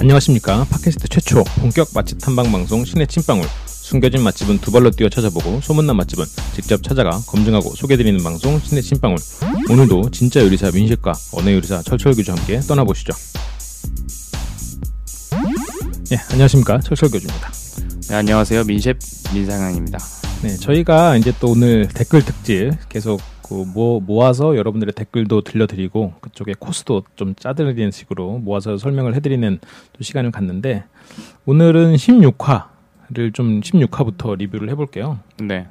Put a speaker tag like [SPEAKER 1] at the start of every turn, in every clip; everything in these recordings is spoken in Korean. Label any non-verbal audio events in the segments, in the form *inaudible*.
[SPEAKER 1] 안녕하십니까 팟캐스트 최초 본격 맛집 탐방 방송 실내 찐방울 숨겨진 맛집은 두 발로 뛰어 찾아보고 소문난 맛집은 직접 찾아가 검증하고 소개드리는 방송 실내 찐방울 오늘도 진짜 요리사 민식과 언어 요리사 철철교주와 함께 떠나보시죠 예 안녕하십니까 철철교주입니다
[SPEAKER 2] 네, 안녕하세요. 민셰프 민상현입니다.
[SPEAKER 1] 네, 저희가 이제 또 오늘 댓글 특집 계속 그 모, 모아서 여러분들의 댓글도 들려드리고 그쪽에 코스도 좀 짜드리는 식으로 모아서 설명을 해드리는 또 시간을 갖는데 오늘은 16화를 좀 16화부터 리뷰를 해볼게요.
[SPEAKER 2] 네.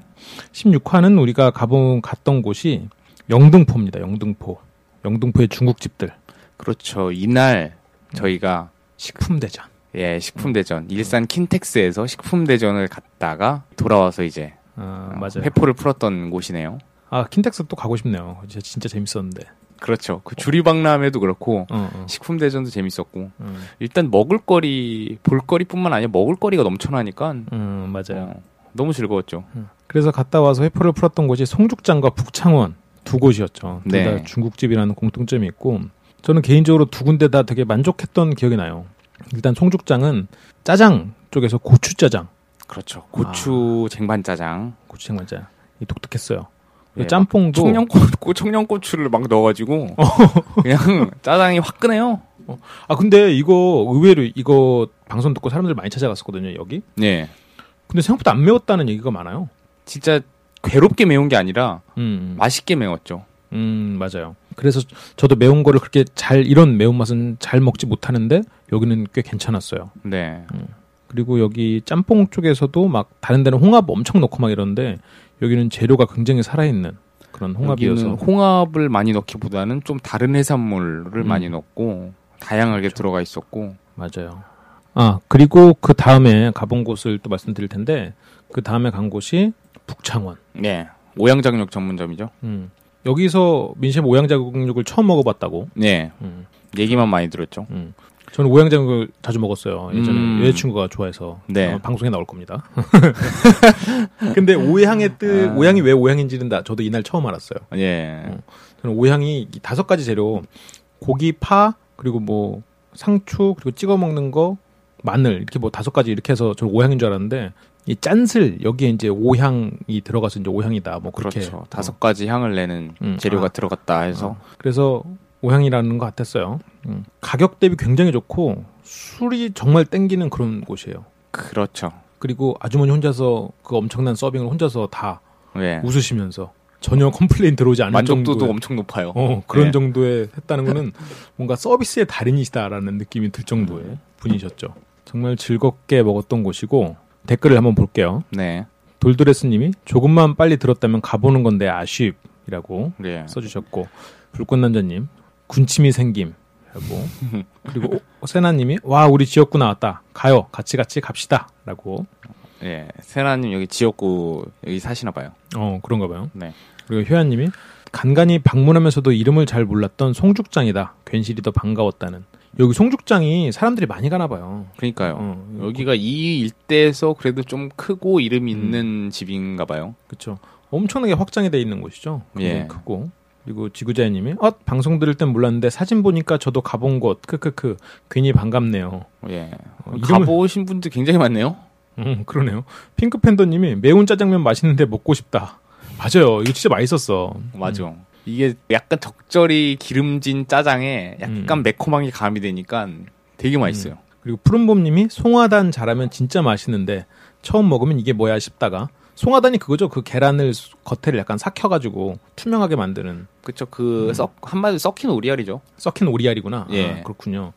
[SPEAKER 1] 16화는 우리가 가본 갔던 곳이 영등포입니다. 영등포. 영등포의 중국집들
[SPEAKER 2] 그렇죠. 이날 저희가
[SPEAKER 1] 식품대전.
[SPEAKER 2] 예, 식품 대전 일산 킨텍스에서 식품 대전을 갔다가 돌아와서 이제
[SPEAKER 1] 아,
[SPEAKER 2] 어,
[SPEAKER 1] 맞아요.
[SPEAKER 2] 회포를 풀었던 곳이네요.
[SPEAKER 1] 아, 킨텍스 또 가고 싶네요. 진짜, 진짜 재밌었는데.
[SPEAKER 2] 그렇죠. 그 주리박람회도 그렇고
[SPEAKER 1] 어, 어.
[SPEAKER 2] 식품 대전도 재밌었고
[SPEAKER 1] 음,
[SPEAKER 2] 일단 먹을거리, 볼거리뿐만 아니라 먹을거리가 넘쳐나니까
[SPEAKER 1] 음, 맞아요.
[SPEAKER 2] 어, 너무 즐거웠죠.
[SPEAKER 1] 그래서 갔다 와서 회포를 풀었던 곳이 송죽장과 북창원 두 곳이었죠. 둘 다
[SPEAKER 2] 네.
[SPEAKER 1] 중국집이라는 공통점이 있고 저는 개인적으로 두 군데 다 되게 만족했던 기억이 나요. 일단 송죽장은 짜장 쪽에서 고추짜장,
[SPEAKER 2] 그렇죠. 고추 쟁반 짜장.
[SPEAKER 1] 고추장만짜 이 독특했어요. 그리고
[SPEAKER 2] 예,
[SPEAKER 1] 짬뽕도
[SPEAKER 2] 청양고 청양고추를 막 *laughs* 넣어가지고 그냥 짜장이 화끈해요.
[SPEAKER 1] 아 근데 이거 의외로 이거 방송 듣고 사람들 많이 찾아갔었거든요 여기.
[SPEAKER 2] 예.
[SPEAKER 1] 근데 생각보다 안 매웠다는 얘기가 많아요.
[SPEAKER 2] 진짜 괴롭게 매운 게 아니라
[SPEAKER 1] 음,
[SPEAKER 2] 맛있게 매웠죠.
[SPEAKER 1] 음 맞아요. 그래서 저도 매운 거를 그렇게 잘 이런 매운 맛은 잘 먹지 못하는데 여기는 꽤 괜찮았어요.
[SPEAKER 2] 네.
[SPEAKER 1] 그리고 여기 짬뽕 쪽에서도 막 다른 데는 홍합 엄청 넣고 막 이러는데 여기는 재료가 굉장히 살아있는 그런
[SPEAKER 2] 여기는
[SPEAKER 1] 홍합이어서
[SPEAKER 2] 홍합을 많이 넣기보다는 좀 다른 해산물을
[SPEAKER 1] 음.
[SPEAKER 2] 많이 넣고 다양하게 들어가 있었고
[SPEAKER 1] 맞아요. 아 그리고 그 다음에 가본 곳을 또 말씀드릴 텐데 그 다음에 간 곳이 북창원.
[SPEAKER 2] 네. 오양장육 전문점이죠.
[SPEAKER 1] 음. 여기서 민심 오양장육을 처음 먹어봤다고.
[SPEAKER 2] 네.
[SPEAKER 1] 음.
[SPEAKER 2] 얘기만 많이 들었죠.
[SPEAKER 1] 음. 저는 오양장육을 자주 먹었어요. 예전에
[SPEAKER 2] 음.
[SPEAKER 1] 여자친구가 좋아해서
[SPEAKER 2] 네.
[SPEAKER 1] 아마 방송에 나올
[SPEAKER 2] *laughs*
[SPEAKER 1] 겁니다. *laughs* 근데 오양의 뜻,
[SPEAKER 2] 아.
[SPEAKER 1] 오양이 왜 오양인지는 다 저도 이날 처음 알았어요.
[SPEAKER 2] 예.
[SPEAKER 1] 음. 저는 오향이 이 다섯 가지 재료 고기, 파 그리고 뭐 상추 그리고 찍어 먹는 거 마늘 이렇게 뭐 다섯 가지 이렇게 해서 저는 오향인 줄 알았는데 이 짠슬 여기에 이제 오향이 들어가서 이제 오향이다 뭐 그렇게
[SPEAKER 2] 그렇죠. 다섯 가지 향을 내는
[SPEAKER 1] 음.
[SPEAKER 2] 재료가
[SPEAKER 1] 아.
[SPEAKER 2] 들어갔다 해서
[SPEAKER 1] 어. 그래서 오향이라는 것 같았어요. 음. 가격 대비 굉장히 좋고 술이 정말 땡기는 그런 곳이에요.
[SPEAKER 2] 그렇죠.
[SPEAKER 1] 그리고 아주머니 혼자서 그 엄청난 서빙을 혼자서 다
[SPEAKER 2] 예.
[SPEAKER 1] 웃으시면서 전혀 컴플레인 들어오지 않을
[SPEAKER 2] 만족도도
[SPEAKER 1] 정도의
[SPEAKER 2] 엄청 높아요.
[SPEAKER 1] 어, 그런
[SPEAKER 2] 네.
[SPEAKER 1] 정도에 했다는 거는 뭔가 서비스의 달인이시다라는 느낌이 들 정도의 분이셨죠. 정말 즐겁게 먹었던 곳이고 댓글을 한번 볼게요.
[SPEAKER 2] 네.
[SPEAKER 1] 돌드레스님이 조금만 빨리 들었다면 가보는 건데 아쉽이라고
[SPEAKER 2] 예.
[SPEAKER 1] 써주셨고 불꽃남자님 군침이 생김 라고 그리고 오- 세나님이 와 우리 지역구 나왔다 가요 같이 같이 갑시다라고
[SPEAKER 2] 예. 세나님 여기 지역구 여기 사시나 봐요.
[SPEAKER 1] 어 그런가 봐요.
[SPEAKER 2] 네.
[SPEAKER 1] 그리고 효연님이 간간히 방문하면서도 이름을 잘 몰랐던 송죽장이다. 괜시리 더 반가웠다는. 여기 송죽장이 사람들이 많이 가나 봐요.
[SPEAKER 2] 그러니까요.
[SPEAKER 1] 어,
[SPEAKER 2] 여기가 이 일대에서 그래도 좀 크고 이름 있는
[SPEAKER 1] 음.
[SPEAKER 2] 집인가 봐요.
[SPEAKER 1] 그렇죠. 엄청나게 확장이 돼 있는 곳이죠. 굉장히
[SPEAKER 2] 예.
[SPEAKER 1] 크고. 그리고 지구자님이 어 방송 들을 땐 몰랐는데 사진 보니까 저도 가본 곳 크크크 괜히 반갑네요.
[SPEAKER 2] 예.
[SPEAKER 1] 어, 이름을-
[SPEAKER 2] 가보신 분들 굉장히 많네요.
[SPEAKER 1] *laughs* 음 그러네요. 핑크 팬더님이 매운 짜장면 맛있는데 먹고 싶다. 맞아요. 이거 진짜 맛있었어.
[SPEAKER 2] 맞아. 이게 약간 적절히 기름진 짜장에 약간
[SPEAKER 1] 음.
[SPEAKER 2] 매콤한 게 가미되니까 되게 맛있어요.
[SPEAKER 1] 그리고 푸른봄님이 송화단 잘하면 진짜 맛있는데 처음 먹으면 이게 뭐야 싶다가 송화단이 그거죠. 그 계란을 수- 겉에를 약간 삭혀가지고 투명하게 만드는
[SPEAKER 2] 그쵸. 그, 썩,
[SPEAKER 1] 음.
[SPEAKER 2] 한마디로 썩힌 오리알이죠.
[SPEAKER 1] 썩힌 오리알이구나.
[SPEAKER 2] 예.
[SPEAKER 1] 아, 그렇군요.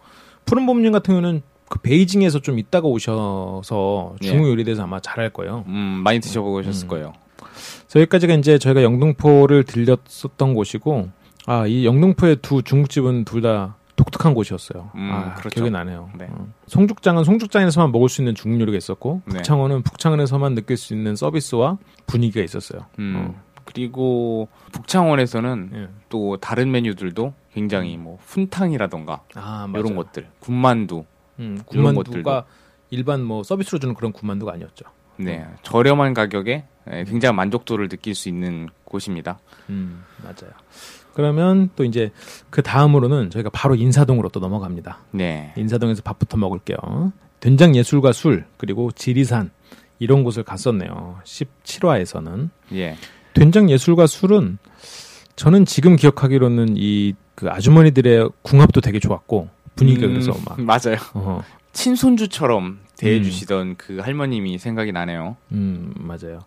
[SPEAKER 1] 푸른봄님 같은 경우는 그 베이징에서 좀 있다가 오셔서
[SPEAKER 2] 예.
[SPEAKER 1] 중국 요리에 대해서 아마 잘할 거예요.
[SPEAKER 2] 음, 많이 드셔보셨을 거예요.
[SPEAKER 1] 그래서 여기까지가 이제 저희가 영등포를 들렸었던 곳이고 아 이 영등포의 두 중국집은 둘 다 독특한 곳이었어요.
[SPEAKER 2] 음,
[SPEAKER 1] 아,
[SPEAKER 2] 그렇죠.
[SPEAKER 1] 기억이 나네요.
[SPEAKER 2] 네.
[SPEAKER 1] 어. 송죽장은 송죽장에서만 먹을 수 있는 중국 요리가 있었고
[SPEAKER 2] 네.
[SPEAKER 1] 북창원은 북창원에서만 느낄 수 있는 서비스와 분위기가 있었어요.
[SPEAKER 2] 음.
[SPEAKER 1] 어.
[SPEAKER 2] 그리고 북창원에서는
[SPEAKER 1] 예.
[SPEAKER 2] 또 다른 메뉴들도 굉장히
[SPEAKER 1] 음.
[SPEAKER 2] 뭐 훈탕이라던가
[SPEAKER 1] 아
[SPEAKER 2] 이런 것들, 군만두,
[SPEAKER 1] 음,
[SPEAKER 2] 이런
[SPEAKER 1] 군만두가
[SPEAKER 2] 것들도.
[SPEAKER 1] 일반 뭐 서비스로 주는 그런 군만두가 아니었죠.
[SPEAKER 2] 네 저렴한 가격에 예, 굉장히 만족도를 느낄 수 있는 곳입니다.
[SPEAKER 1] 음, 맞아요. 그러면 또 이제 그 다음으로는 저희가 바로 인사동으로 또 넘어갑니다.
[SPEAKER 2] 네.
[SPEAKER 1] 인사동에서 밥부터 먹을게요. 된장 예술과 술 그리고 지리산 이런 곳을 갔었네요. 17화에서는
[SPEAKER 2] 예.
[SPEAKER 1] 된장 예술과 술은 저는 지금 기억하기로는 이 그 아주머니들의 궁합도 되게 좋았고 분위기가
[SPEAKER 2] 음,
[SPEAKER 1] 그래서 막 *laughs*
[SPEAKER 2] *laughs* 맞아요.
[SPEAKER 1] 어,
[SPEAKER 2] 친손주처럼 대해주시던 그 할머님이 생각이 나네요.
[SPEAKER 1] 음 맞아요.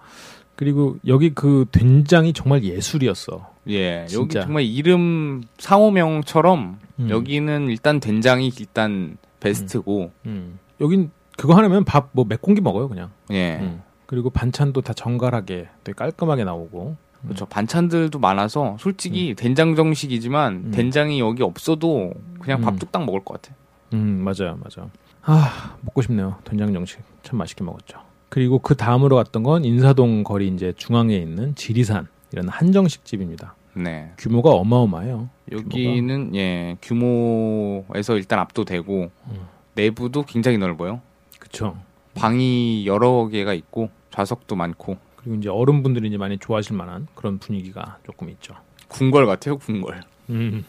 [SPEAKER 1] 그리고 여기 그 된장이 정말 예술이었어.
[SPEAKER 2] 예, 여기
[SPEAKER 1] 진짜.
[SPEAKER 2] 정말 이름 상호명처럼
[SPEAKER 1] 음.
[SPEAKER 2] 여기는 일단 된장이 일단 베스트고,
[SPEAKER 1] 음. 여긴 그거 하려면 밥 뭐 몇 공기 먹어요 그냥.
[SPEAKER 2] 예,
[SPEAKER 1] 음. 그리고 반찬도 다 정갈하게 되게 깔끔하게 나오고
[SPEAKER 2] 그렇죠. 반찬들도 많아서 솔직히 된장 정식이지만
[SPEAKER 1] 음.
[SPEAKER 2] 된장이 여기 없어도 그냥 밥
[SPEAKER 1] 음.
[SPEAKER 2] 뚝딱 먹을 것 같아.
[SPEAKER 1] 음 맞아요 맞아 아 먹고 싶네요 된장 정식 참 맛있게 먹었죠 그리고 그 다음으로 갔던 건 인사동 거리 이제 중앙에 있는 지리산 이런 한정식 집입니다
[SPEAKER 2] 네,
[SPEAKER 1] 규모가 어마어마해요
[SPEAKER 2] 여기는 예 규모에서 일단 압도되고
[SPEAKER 1] 음.
[SPEAKER 2] 내부도 굉장히 넓어요.
[SPEAKER 1] 그쵸
[SPEAKER 2] 방이 여러 개가 있고 좌석도 많고
[SPEAKER 1] 그리고 이제 어른분들이 이제 많이 좋아하실 만한 그런 분위기가 조금 있죠
[SPEAKER 2] 궁궐 같아요, 궁궐.
[SPEAKER 1] 음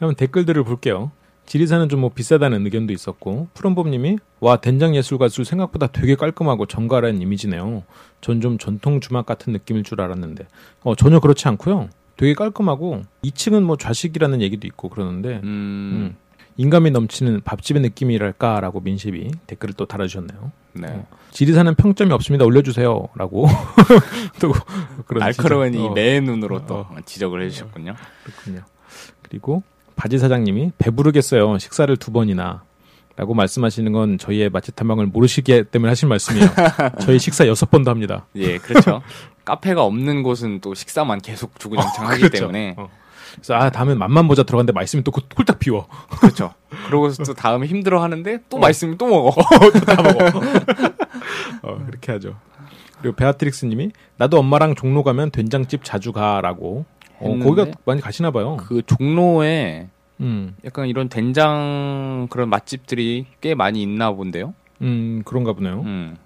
[SPEAKER 1] 그러면 댓글들을 볼게요 지리산은 좀 뭐 비싸다는 의견도 있었고 푸른봄님이 와 된장 예술가 술 생각보다 되게 깔끔하고 정갈한 이미지네요. 전 좀 전통 주막 같은 느낌일 줄 알았는데 어, 전혀 그렇지 않고요. 되게 깔끔하고 2층은 뭐 좌식이라는 얘기도 있고 그러는데
[SPEAKER 2] 음,
[SPEAKER 1] 음, 인감이 넘치는 밥집의 느낌이랄까라고 민심이 댓글을 또 달아주셨네요.
[SPEAKER 2] 네.
[SPEAKER 1] 지리산은 평점이 없습니다. 올려주세요라고 *laughs* 또 그런
[SPEAKER 2] 날카로운
[SPEAKER 1] 지적.
[SPEAKER 2] 이
[SPEAKER 1] 어.
[SPEAKER 2] 매의 눈으로 또
[SPEAKER 1] 어.
[SPEAKER 2] 지적을 해주셨군요.
[SPEAKER 1] 그렇군요. 그리고 바지 사장님이 배부르겠어요. 식사를 두 번이나. 라고 말씀하시는 건 저희의 맛집 탐방을 모르시기 때문에 하신
[SPEAKER 2] *laughs*
[SPEAKER 1] 말씀이에요. 저희 식사 여섯 번도 합니다.
[SPEAKER 2] 예, 그렇죠. *laughs* 카페가 없는 곳은 또 식사만 계속 주구장창하기
[SPEAKER 1] 그렇죠.
[SPEAKER 2] 때문에
[SPEAKER 1] 어. 그래서 아 다음에 맛만 보자 들어갔는데 맛있으면 또 그- 홀딱 비워.
[SPEAKER 2] 그렇죠. 그러고서 또 다음에 힘들어하는데 또 맛있으면 또 먹어.
[SPEAKER 1] 어, 그렇게 하죠. 그리고 베아트릭스님이 나도 엄마랑 종로 가면 된장집 자주 가라고. 어,
[SPEAKER 2] 했는데?
[SPEAKER 1] 거기가 많이 가시나 봐요.
[SPEAKER 2] 그 종로에
[SPEAKER 1] 음,
[SPEAKER 2] 약간 이런 된장 그런 맛집들이 꽤 많이 있나 본데요.
[SPEAKER 1] 음 그런가 보네요.
[SPEAKER 2] 음.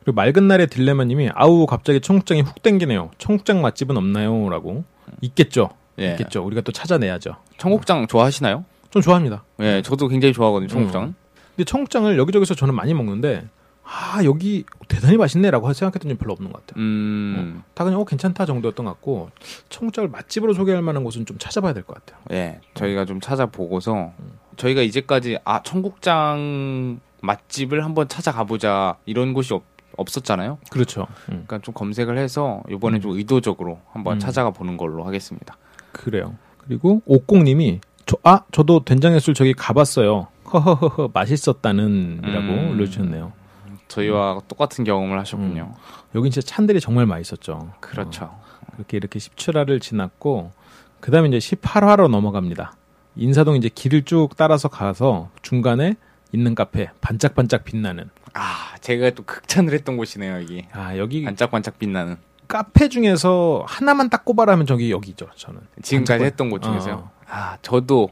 [SPEAKER 1] 그리고 맑은 날의 딜레마님이 아우 갑자기 청국장이 훅 땡기네요. 청국장 맛집은 없나요?라고 있겠죠.
[SPEAKER 2] 예.
[SPEAKER 1] 있겠죠. 우리가 또 찾아내야죠.
[SPEAKER 2] 청국장 좋아하시나요?
[SPEAKER 1] 좀 좋아합니다.
[SPEAKER 2] 예, 저도 굉장히
[SPEAKER 1] 음.
[SPEAKER 2] 좋아하거든요, 청국장.
[SPEAKER 1] 근데 청국장을 여기저기서 저는 많이 먹는데 아 여기 대단히 맛있네라고 생각했던 적 별로 없는 것 같아요.
[SPEAKER 2] 음.
[SPEAKER 1] 다 그냥 어, 괜찮다 정도였던 것 같고 청국장을 맛집으로 소개할 만한 곳은 좀 찾아봐야 될 것 같아요.
[SPEAKER 2] 예, 저희가 좀 찾아보고서
[SPEAKER 1] 음.
[SPEAKER 2] 저희가 이제까지 아 청국장 맛집을 한번 찾아가보자 이런 곳이 없, 없었잖아요.
[SPEAKER 1] 그렇죠.
[SPEAKER 2] 그러니까 좀 검색을 해서 이번에 좀 의도적으로 한번
[SPEAKER 1] 음.
[SPEAKER 2] 찾아가 보는 걸로 하겠습니다.
[SPEAKER 1] 그래요. 그리고 옥공님이 저, 아 저도 된장예술 저기 가봤어요. 허허허허 맛있었다는이라고
[SPEAKER 2] 음.
[SPEAKER 1] 올려주셨네요. 음.
[SPEAKER 2] 저희와 똑같은 경험을 하셨군요.
[SPEAKER 1] 여긴 진짜 찬들이 정말 맛있었죠.
[SPEAKER 2] 그렇죠.
[SPEAKER 1] 어. 이렇게 이렇게 17화를 지났고 그다음에 이제 18화로 넘어갑니다. 인사동 이제 길을 쭉 따라서 가서 중간에 있는 카페 반짝반짝 빛나는
[SPEAKER 2] 아, 제가 또 극찬을 했던 곳이네요, 여기.
[SPEAKER 1] 아 여기
[SPEAKER 2] 반짝반짝 빛나는.
[SPEAKER 1] 카페 중에서 하나만 딱 꼽아라면 저기 여기죠 저는
[SPEAKER 2] 지금까지
[SPEAKER 1] 반짝반- 어.
[SPEAKER 2] 했던 곳 중에서요. 아, 저도.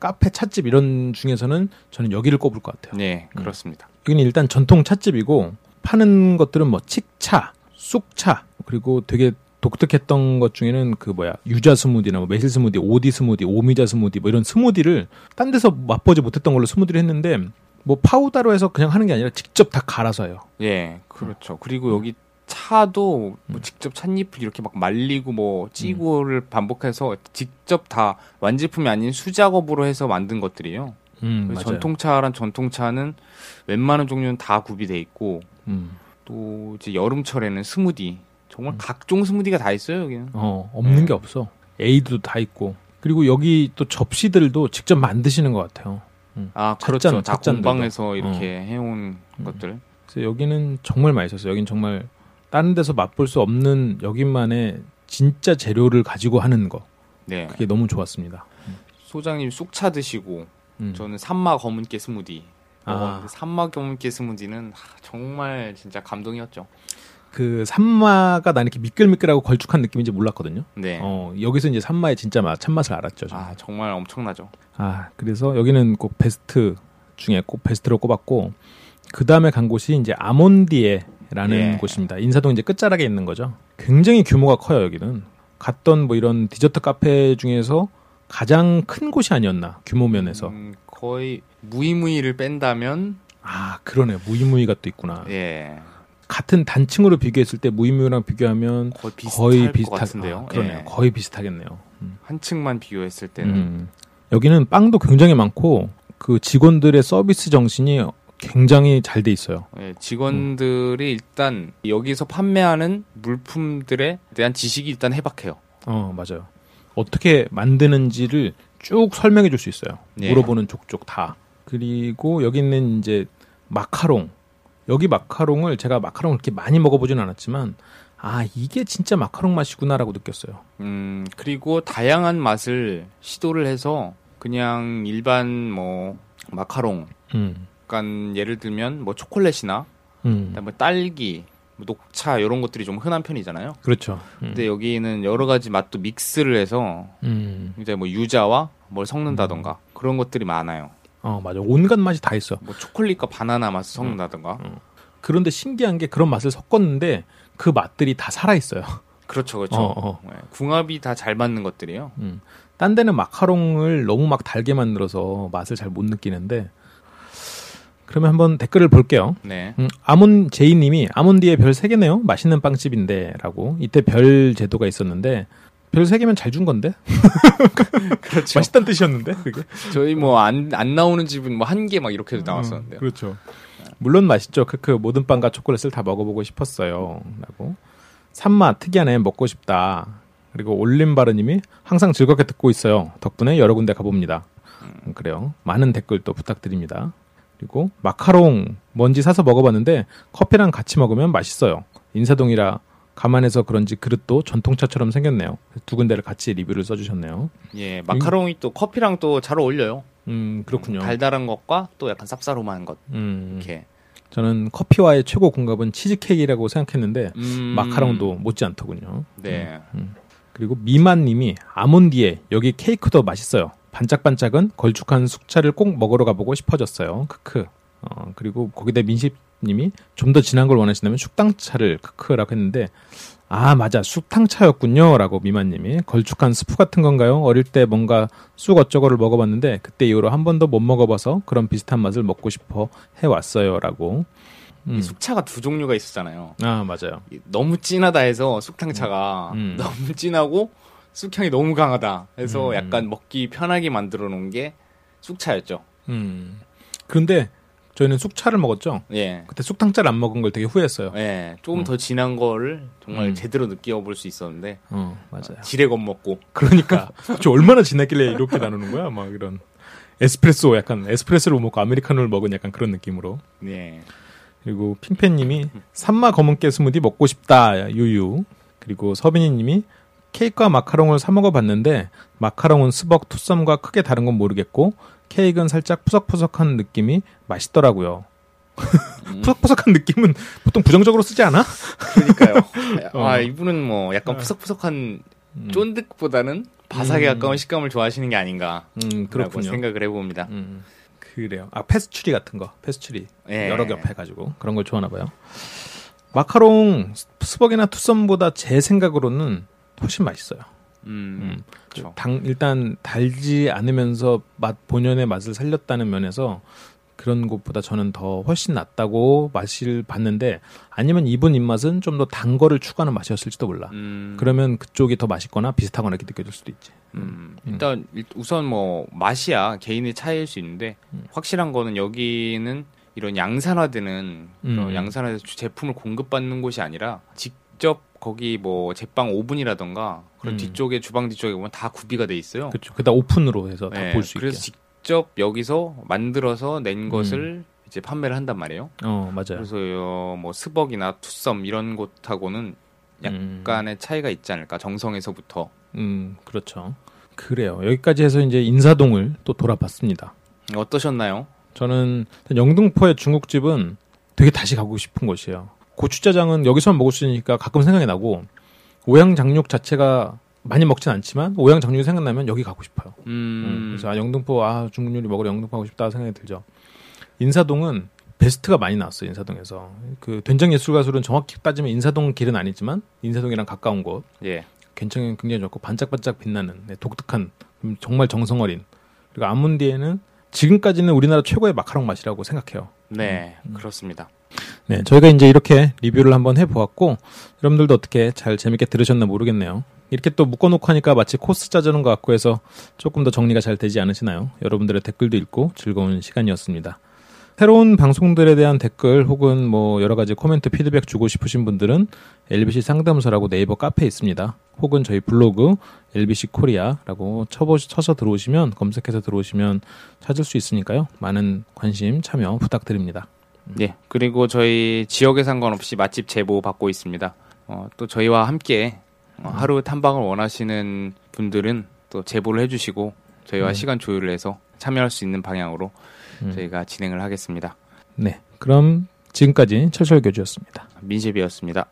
[SPEAKER 1] 카페 찻집 이런 중에서는 저는 여기를 꼽을 것 같아요
[SPEAKER 2] 네, 그렇습니다.
[SPEAKER 1] 여기는 일단 전통 찻집이고 파는 것들은 뭐 칡차 쑥차 그리고 되게 독특했던 것 중에는 그 뭐야 유자 스무디나 뭐 매실 스무디 오디 스무디 오미자 스무디 뭐 이런 스무디를 딴 데서 맛보지 못했던 걸로 스무디를 했는데 뭐 파우다로 해서 그냥 하는 게 아니라 직접 다 갈아서 해요
[SPEAKER 2] 예, 그렇죠. 그리고 여기 차도
[SPEAKER 1] 음.
[SPEAKER 2] 뭐 직접 찻잎을 이렇게 막 말리고 뭐 찌고를 반복해서 직접 다 완제품이 아닌 수작업으로 해서 만든 것들이에요.
[SPEAKER 1] 음
[SPEAKER 2] 그래서
[SPEAKER 1] 맞아요
[SPEAKER 2] 전통차란 전통차는 웬만한 종류는 다 구비돼 있고
[SPEAKER 1] 음.
[SPEAKER 2] 또 이제 여름철에는 스무디 정말 각종 스무디가 다 있어요 여기는
[SPEAKER 1] 어, 없는 게 없어. 에이드도 다 있고. 그리고 여기 또 접시들도 직접 만드시는 것 같아요.
[SPEAKER 2] 아
[SPEAKER 1] 찻잔,
[SPEAKER 2] 그렇죠 다
[SPEAKER 1] 찻잔들도. 어. 음.
[SPEAKER 2] 공방에서 이렇게 해온 것들
[SPEAKER 1] 그래서 여기는 정말 맛있었어요. 여긴 정말 다른 데서 맛볼 수 없는 여기만의 진짜 재료를 가지고 하는 거.
[SPEAKER 2] 네
[SPEAKER 1] 그게 너무 좋았습니다.
[SPEAKER 2] 소장님 쑥차 드시고
[SPEAKER 1] 음.
[SPEAKER 2] 저는 산마 검은깨 스무디
[SPEAKER 1] 아.
[SPEAKER 2] 어, 그 산마 검은깨 스무디는 하, 정말 진짜 감동이었죠
[SPEAKER 1] 그 산마가 난 이렇게 미끌미끌하고 걸쭉한 느낌인지 몰랐거든요.
[SPEAKER 2] 네 아
[SPEAKER 1] 어, 그렇죠. 여기서 이제 산마의 진짜 맛, 참맛을 알았죠. 저는.
[SPEAKER 2] 정말 엄청나죠
[SPEAKER 1] 아, 그래서 여기는 꼭 베스트 중에 꼭 베스트로 꼽았고 그 다음에 간 곳이 이제 아몬디에 카페라는
[SPEAKER 2] 예.
[SPEAKER 1] 곳입니다. 인사동 이제 끝자락에 있는 거죠. 굉장히 규모가 커요 여기는. 갔던 뭐 이런 디저트 카페 중에서 가장 큰 곳이 아니었나 규모 면에서.
[SPEAKER 2] 음, 거의 무이무이를 뺀다면
[SPEAKER 1] 아 그러네 무이무이가 또 있구나.
[SPEAKER 2] 예
[SPEAKER 1] 같은 단층으로 비교했을 때 무이무이랑 비교하면
[SPEAKER 2] 거의 비슷할
[SPEAKER 1] 거의
[SPEAKER 2] 것
[SPEAKER 1] 비슷할
[SPEAKER 2] 같은데요.
[SPEAKER 1] 아, 그러네요.
[SPEAKER 2] 예.
[SPEAKER 1] 거의 비슷하겠네요.
[SPEAKER 2] 한 층만 비교했을 때는
[SPEAKER 1] 음. 여기는 빵도 굉장히 많고 그 직원들의 서비스 정신이 굉장히 잘 돼 있어요.
[SPEAKER 2] 예, 직원들이 일단 여기서 판매하는 물품들에 대한 지식이 일단 해박해요.
[SPEAKER 1] 어 맞아요. 어떻게 만드는지를 쭉 설명해 줄 수 있어요.
[SPEAKER 2] 네.
[SPEAKER 1] 물어보는 족족 다. 그리고 여기 있는 이제 마카롱. 여기 마카롱을 제가 마카롱을 이렇게 많이 먹어보진 않았지만 아 이게 진짜 마카롱 맛이구나라고 느꼈어요.
[SPEAKER 2] 음, 그리고 다양한 맛을 시도를 해서 그냥 일반 뭐 마카롱,
[SPEAKER 1] 음,
[SPEAKER 2] 그러니까 예를 들면 뭐 초콜릿이나
[SPEAKER 1] 음,
[SPEAKER 2] 그다음에 딸기, 뭐 녹차 이런 것들이 좀 흔한 편이잖아요.
[SPEAKER 1] 그렇죠. 음,
[SPEAKER 2] 근데 여기는 여러 가지 맛도 믹스를 해서
[SPEAKER 1] 음,
[SPEAKER 2] 이제 뭐 유자와 뭘 섞는다던가 그런 것들이 많아요.
[SPEAKER 1] 어 맞아. 온갖 맛이 다 있어.
[SPEAKER 2] 뭐 초콜릿과 바나나 맛을
[SPEAKER 1] 음.
[SPEAKER 2] 섞는다던가.
[SPEAKER 1] 그런데 신기한 게 그런 맛을 섞었는데 그 맛들이 다 살아 있어요.
[SPEAKER 2] 그렇죠, 그렇죠.
[SPEAKER 1] 어, 어.
[SPEAKER 2] 예, 궁합이 다 잘 맞는 것들이에요.
[SPEAKER 1] 음. 딴 데는 마카롱을 너무 막 달게 만들어서 맛을 잘 못 느끼는데 그러면 한번 댓글을 볼게요.
[SPEAKER 2] 네.
[SPEAKER 1] 음, 아몬 제이님이 아몬디에 별 3개네요. 맛있는 빵집인데라고 이때 별 제도가 있었는데 별 3개면 잘 준 건데
[SPEAKER 2] *laughs*
[SPEAKER 1] *laughs*
[SPEAKER 2] 그렇죠.
[SPEAKER 1] 맛있다는 뜻이었는데 그게
[SPEAKER 2] 저희 뭐 안 안 나오는 집은 뭐 한 개 막
[SPEAKER 1] 음,
[SPEAKER 2] 이렇게도 나왔었는데요.
[SPEAKER 1] 그렇죠. 물론 맛있죠. 크크 모든 빵과 초콜릿을 다 먹어보고 싶었어요.라고 산마 특이하네 먹고 싶다. 그리고 올림바르님이 항상 즐겁게 듣고 있어요. 덕분에 여러 군데 가봅니다. 음, 그래요. 많은 댓글 또 부탁드립니다. 그리고 마카롱 뭔지 사서 먹어봤는데 커피랑 같이 먹으면 맛있어요. 인사동이라 감안해서 그런지 그릇도 전통차처럼 생겼네요. 두 군데를 같이 리뷰를 써주셨네요.
[SPEAKER 2] 예, 마카롱이 또 커피랑 또 잘 어울려요.
[SPEAKER 1] 음 그렇군요.
[SPEAKER 2] 달달한 것과 또 약간 쌉싸름한 것
[SPEAKER 1] 음,
[SPEAKER 2] 이렇게.
[SPEAKER 1] 저는 커피와의 최고 궁합은 치즈케이크라고 생각했는데
[SPEAKER 2] 음,
[SPEAKER 1] 마카롱도 못지않더군요.
[SPEAKER 2] 네.
[SPEAKER 1] 그리고 미만님이 아몬디에 여기 케이크도 맛있어요. 반짝반짝은 걸쭉한 숙차를 꼭 먹으러 가보고 싶어졌어요. 크크. 어, 그리고 거기다 민식님이 좀 더 진한 걸 원하신다면 숙당차를 크크라고 했는데 아 맞아 숙탕차였군요라고 미만님이 걸쭉한 스프 같은 건가요? 어릴 때 뭔가 쑥 어쩌고를 먹어봤는데 그때 이후로 한 번도 못 먹어봐서 그런 비슷한 맛을 먹고 싶어 해왔어요라고. 음.
[SPEAKER 2] 이 숙차가 두 종류가 있었잖아요.
[SPEAKER 1] 아 맞아요.
[SPEAKER 2] 이 너무 진하다 해서 쑥탕차가
[SPEAKER 1] 음.
[SPEAKER 2] *laughs* 너무 진하고 쑥향이 너무 강하다 해서
[SPEAKER 1] 음.
[SPEAKER 2] 약간 먹기 편하게 만들어 놓은 게 쑥차였죠.
[SPEAKER 1] 음. 그런데 저희는 쑥차를 먹었죠.
[SPEAKER 2] 예.
[SPEAKER 1] 그때 쑥탕자를 안 먹은 걸 되게 후회했어요.
[SPEAKER 2] 예, 조금 더 진한 거를 정말
[SPEAKER 1] 그렇죠. 음.
[SPEAKER 2] 제대로 느껴볼 수 있었는데
[SPEAKER 1] 어, 맞아요.
[SPEAKER 2] 지레 겁먹고
[SPEAKER 1] *laughs* 그러니까 저 얼마나 지났길래 이렇게 나누는 거야? 막 이런 에스프레소 약간 에스프레소를 못 먹고 아메리카노를 먹은 약간 그런 느낌으로.
[SPEAKER 2] 예.
[SPEAKER 1] 그리고 핑팬님이 산마 검은깨 스무디 먹고 싶다 유유. 그리고 서빈이님이 케이크와 마카롱을 사 먹어봤는데 마카롱은 스벅 투썸과 크게 다른 건 모르겠고 케이크는 살짝 푸석푸석한 느낌이 맛있더라고요.
[SPEAKER 2] 음.
[SPEAKER 1] 푸석푸석한 느낌은 보통 부정적으로 쓰지 않아? 음,
[SPEAKER 2] 그러니까요. 아
[SPEAKER 1] *laughs* 어.
[SPEAKER 2] 이분은 뭐 약간 푸석푸석한
[SPEAKER 1] 음.
[SPEAKER 2] 쫀득보다는 바삭에
[SPEAKER 1] 음.
[SPEAKER 2] 가까운 식감을 좋아하시는 게 아닌가
[SPEAKER 1] 음,
[SPEAKER 2] 라고
[SPEAKER 1] 그렇군요.
[SPEAKER 2] 생각을 해봅니다.
[SPEAKER 1] 음, 그래요. 아 패스츄리 같은 거, 패스츄리
[SPEAKER 2] 예.
[SPEAKER 1] 여러 겹 해가지고 그런 걸 좋아하나 봐요. 마카롱 스- 스벅이나 투썸보다 제 생각으로는 훨씬 맛있어요.
[SPEAKER 2] 음, 그렇죠.
[SPEAKER 1] 당, 일단 달지 않으면서 맛 본연의 맛을 살렸다는 면에서 그런 것보다 저는 더 훨씬 낫다고 맛을 봤는데 아니면 이분 입맛은 좀 더 단 거를 추구하는 맛이었을지도 몰라.
[SPEAKER 2] 음,
[SPEAKER 1] 그러면 그쪽이 더 맛있거나 비슷하거나 이렇게 느껴질 수도 있지.
[SPEAKER 2] 음, 일단 일- 우선 뭐 맛이야 개인의 차이일 수 있는데
[SPEAKER 1] 음.
[SPEAKER 2] 확실한 거는 여기는 이런 양산화되는 그런
[SPEAKER 1] 음.
[SPEAKER 2] 양산화돼서 제품을 공급받는 곳이 아니라 직접 거기 뭐 제빵 오븐이라던가 그런
[SPEAKER 1] 음.
[SPEAKER 2] 뒤쪽에 주방 뒤쪽에 보면 다 구비가 돼 있어요.
[SPEAKER 1] 그렇죠. 그다 오픈으로 해서 다
[SPEAKER 2] 네,
[SPEAKER 1] 볼 수 있게. 음.
[SPEAKER 2] 그래서 직접 여기서 만들어서 낸 것을 이제 판매를 한단 말이에요.
[SPEAKER 1] 어 맞아요.
[SPEAKER 2] 그래서 어, 뭐 스벅이나 투썸 이런 곳하고는
[SPEAKER 1] 음.
[SPEAKER 2] 약간의 차이가 있지 않을까 정성에서부터.
[SPEAKER 1] 음, 그렇죠. 그래요. 여기까지 해서 이제 인사동을 또 돌아봤습니다.
[SPEAKER 2] 어떠셨나요?
[SPEAKER 1] 저는 일단 영등포의 중국집은 되게 다시 가고 싶은 곳이에요. 고추짜장은 여기서만 먹을 수 있으니까 가끔 생각이 나고 오양장육 자체가 많이 먹진 않지만 오양장육이 생각나면 여기 가고 싶어요. 음,
[SPEAKER 2] 음,
[SPEAKER 1] 그래서 아, 영등포 아 중국 요리 먹으러 영등포 가고 싶다 생각이 들죠. 인사동은 베스트가 많이 나왔어요 인사동에서 그 된장 예술가술은 정확히 따지면 인사동 길은 아니지만 인사동이랑 가까운 곳
[SPEAKER 2] 예.
[SPEAKER 1] 괜찮은 굉장히 좋고 반짝반짝 빛나는 네, 독특한 음, 정말 정성 어린 그리고 아문디에는 지금까지는 우리나라 최고의 마카롱 맛이라고 생각해요.
[SPEAKER 2] 네. 그렇습니다.
[SPEAKER 1] 네, 저희가 이제 이렇게 리뷰를 한번 해보았고 여러분들도 어떻게 잘 재밌게 들으셨나 모르겠네요. 이렇게 또 묶어놓고 하니까 마치 코스 짜주는 것 같고 해서 조금 더 정리가 잘 되지 않으시나요? 여러분들의 댓글도 읽고 즐거운 시간이었습니다. 새로운 방송들에 대한 댓글 혹은 뭐 여러 가지 코멘트 피드백 주고 싶으신 분들은 LBC 상담소라고 네이버 카페에 있습니다. 혹은 저희 블로그 LBC 코리아라고 쳐보, 쳐서 들어오시면 검색해서 들어오시면 찾을 수 있으니까요. 많은 관심 참여 부탁드립니다.
[SPEAKER 2] 예. 그리고 저희 지역에 상관없이 맛집 제보 받고 있습니다. 어, 또 저희와 함께 어, 하루 탐방을 원하시는 분들은 또 제보를 해주시고 저희와 시간 조율을 해서 참여할 수 있는 방향으로 저희가 진행을 하겠습니다.
[SPEAKER 1] 네. 그럼 지금까지 철철교주였습니다.
[SPEAKER 2] 민셰비였습니다.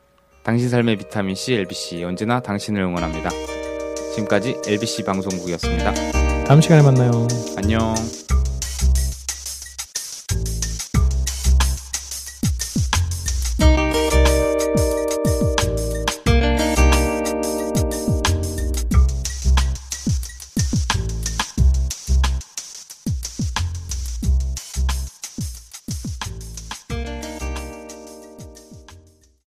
[SPEAKER 2] 당신 삶의 비타민 C LBC 언제나 당신을 응원합니다. 지금까지 LBC 방송국이었습니다.
[SPEAKER 1] 다음 시간에 만나요.
[SPEAKER 2] 안녕.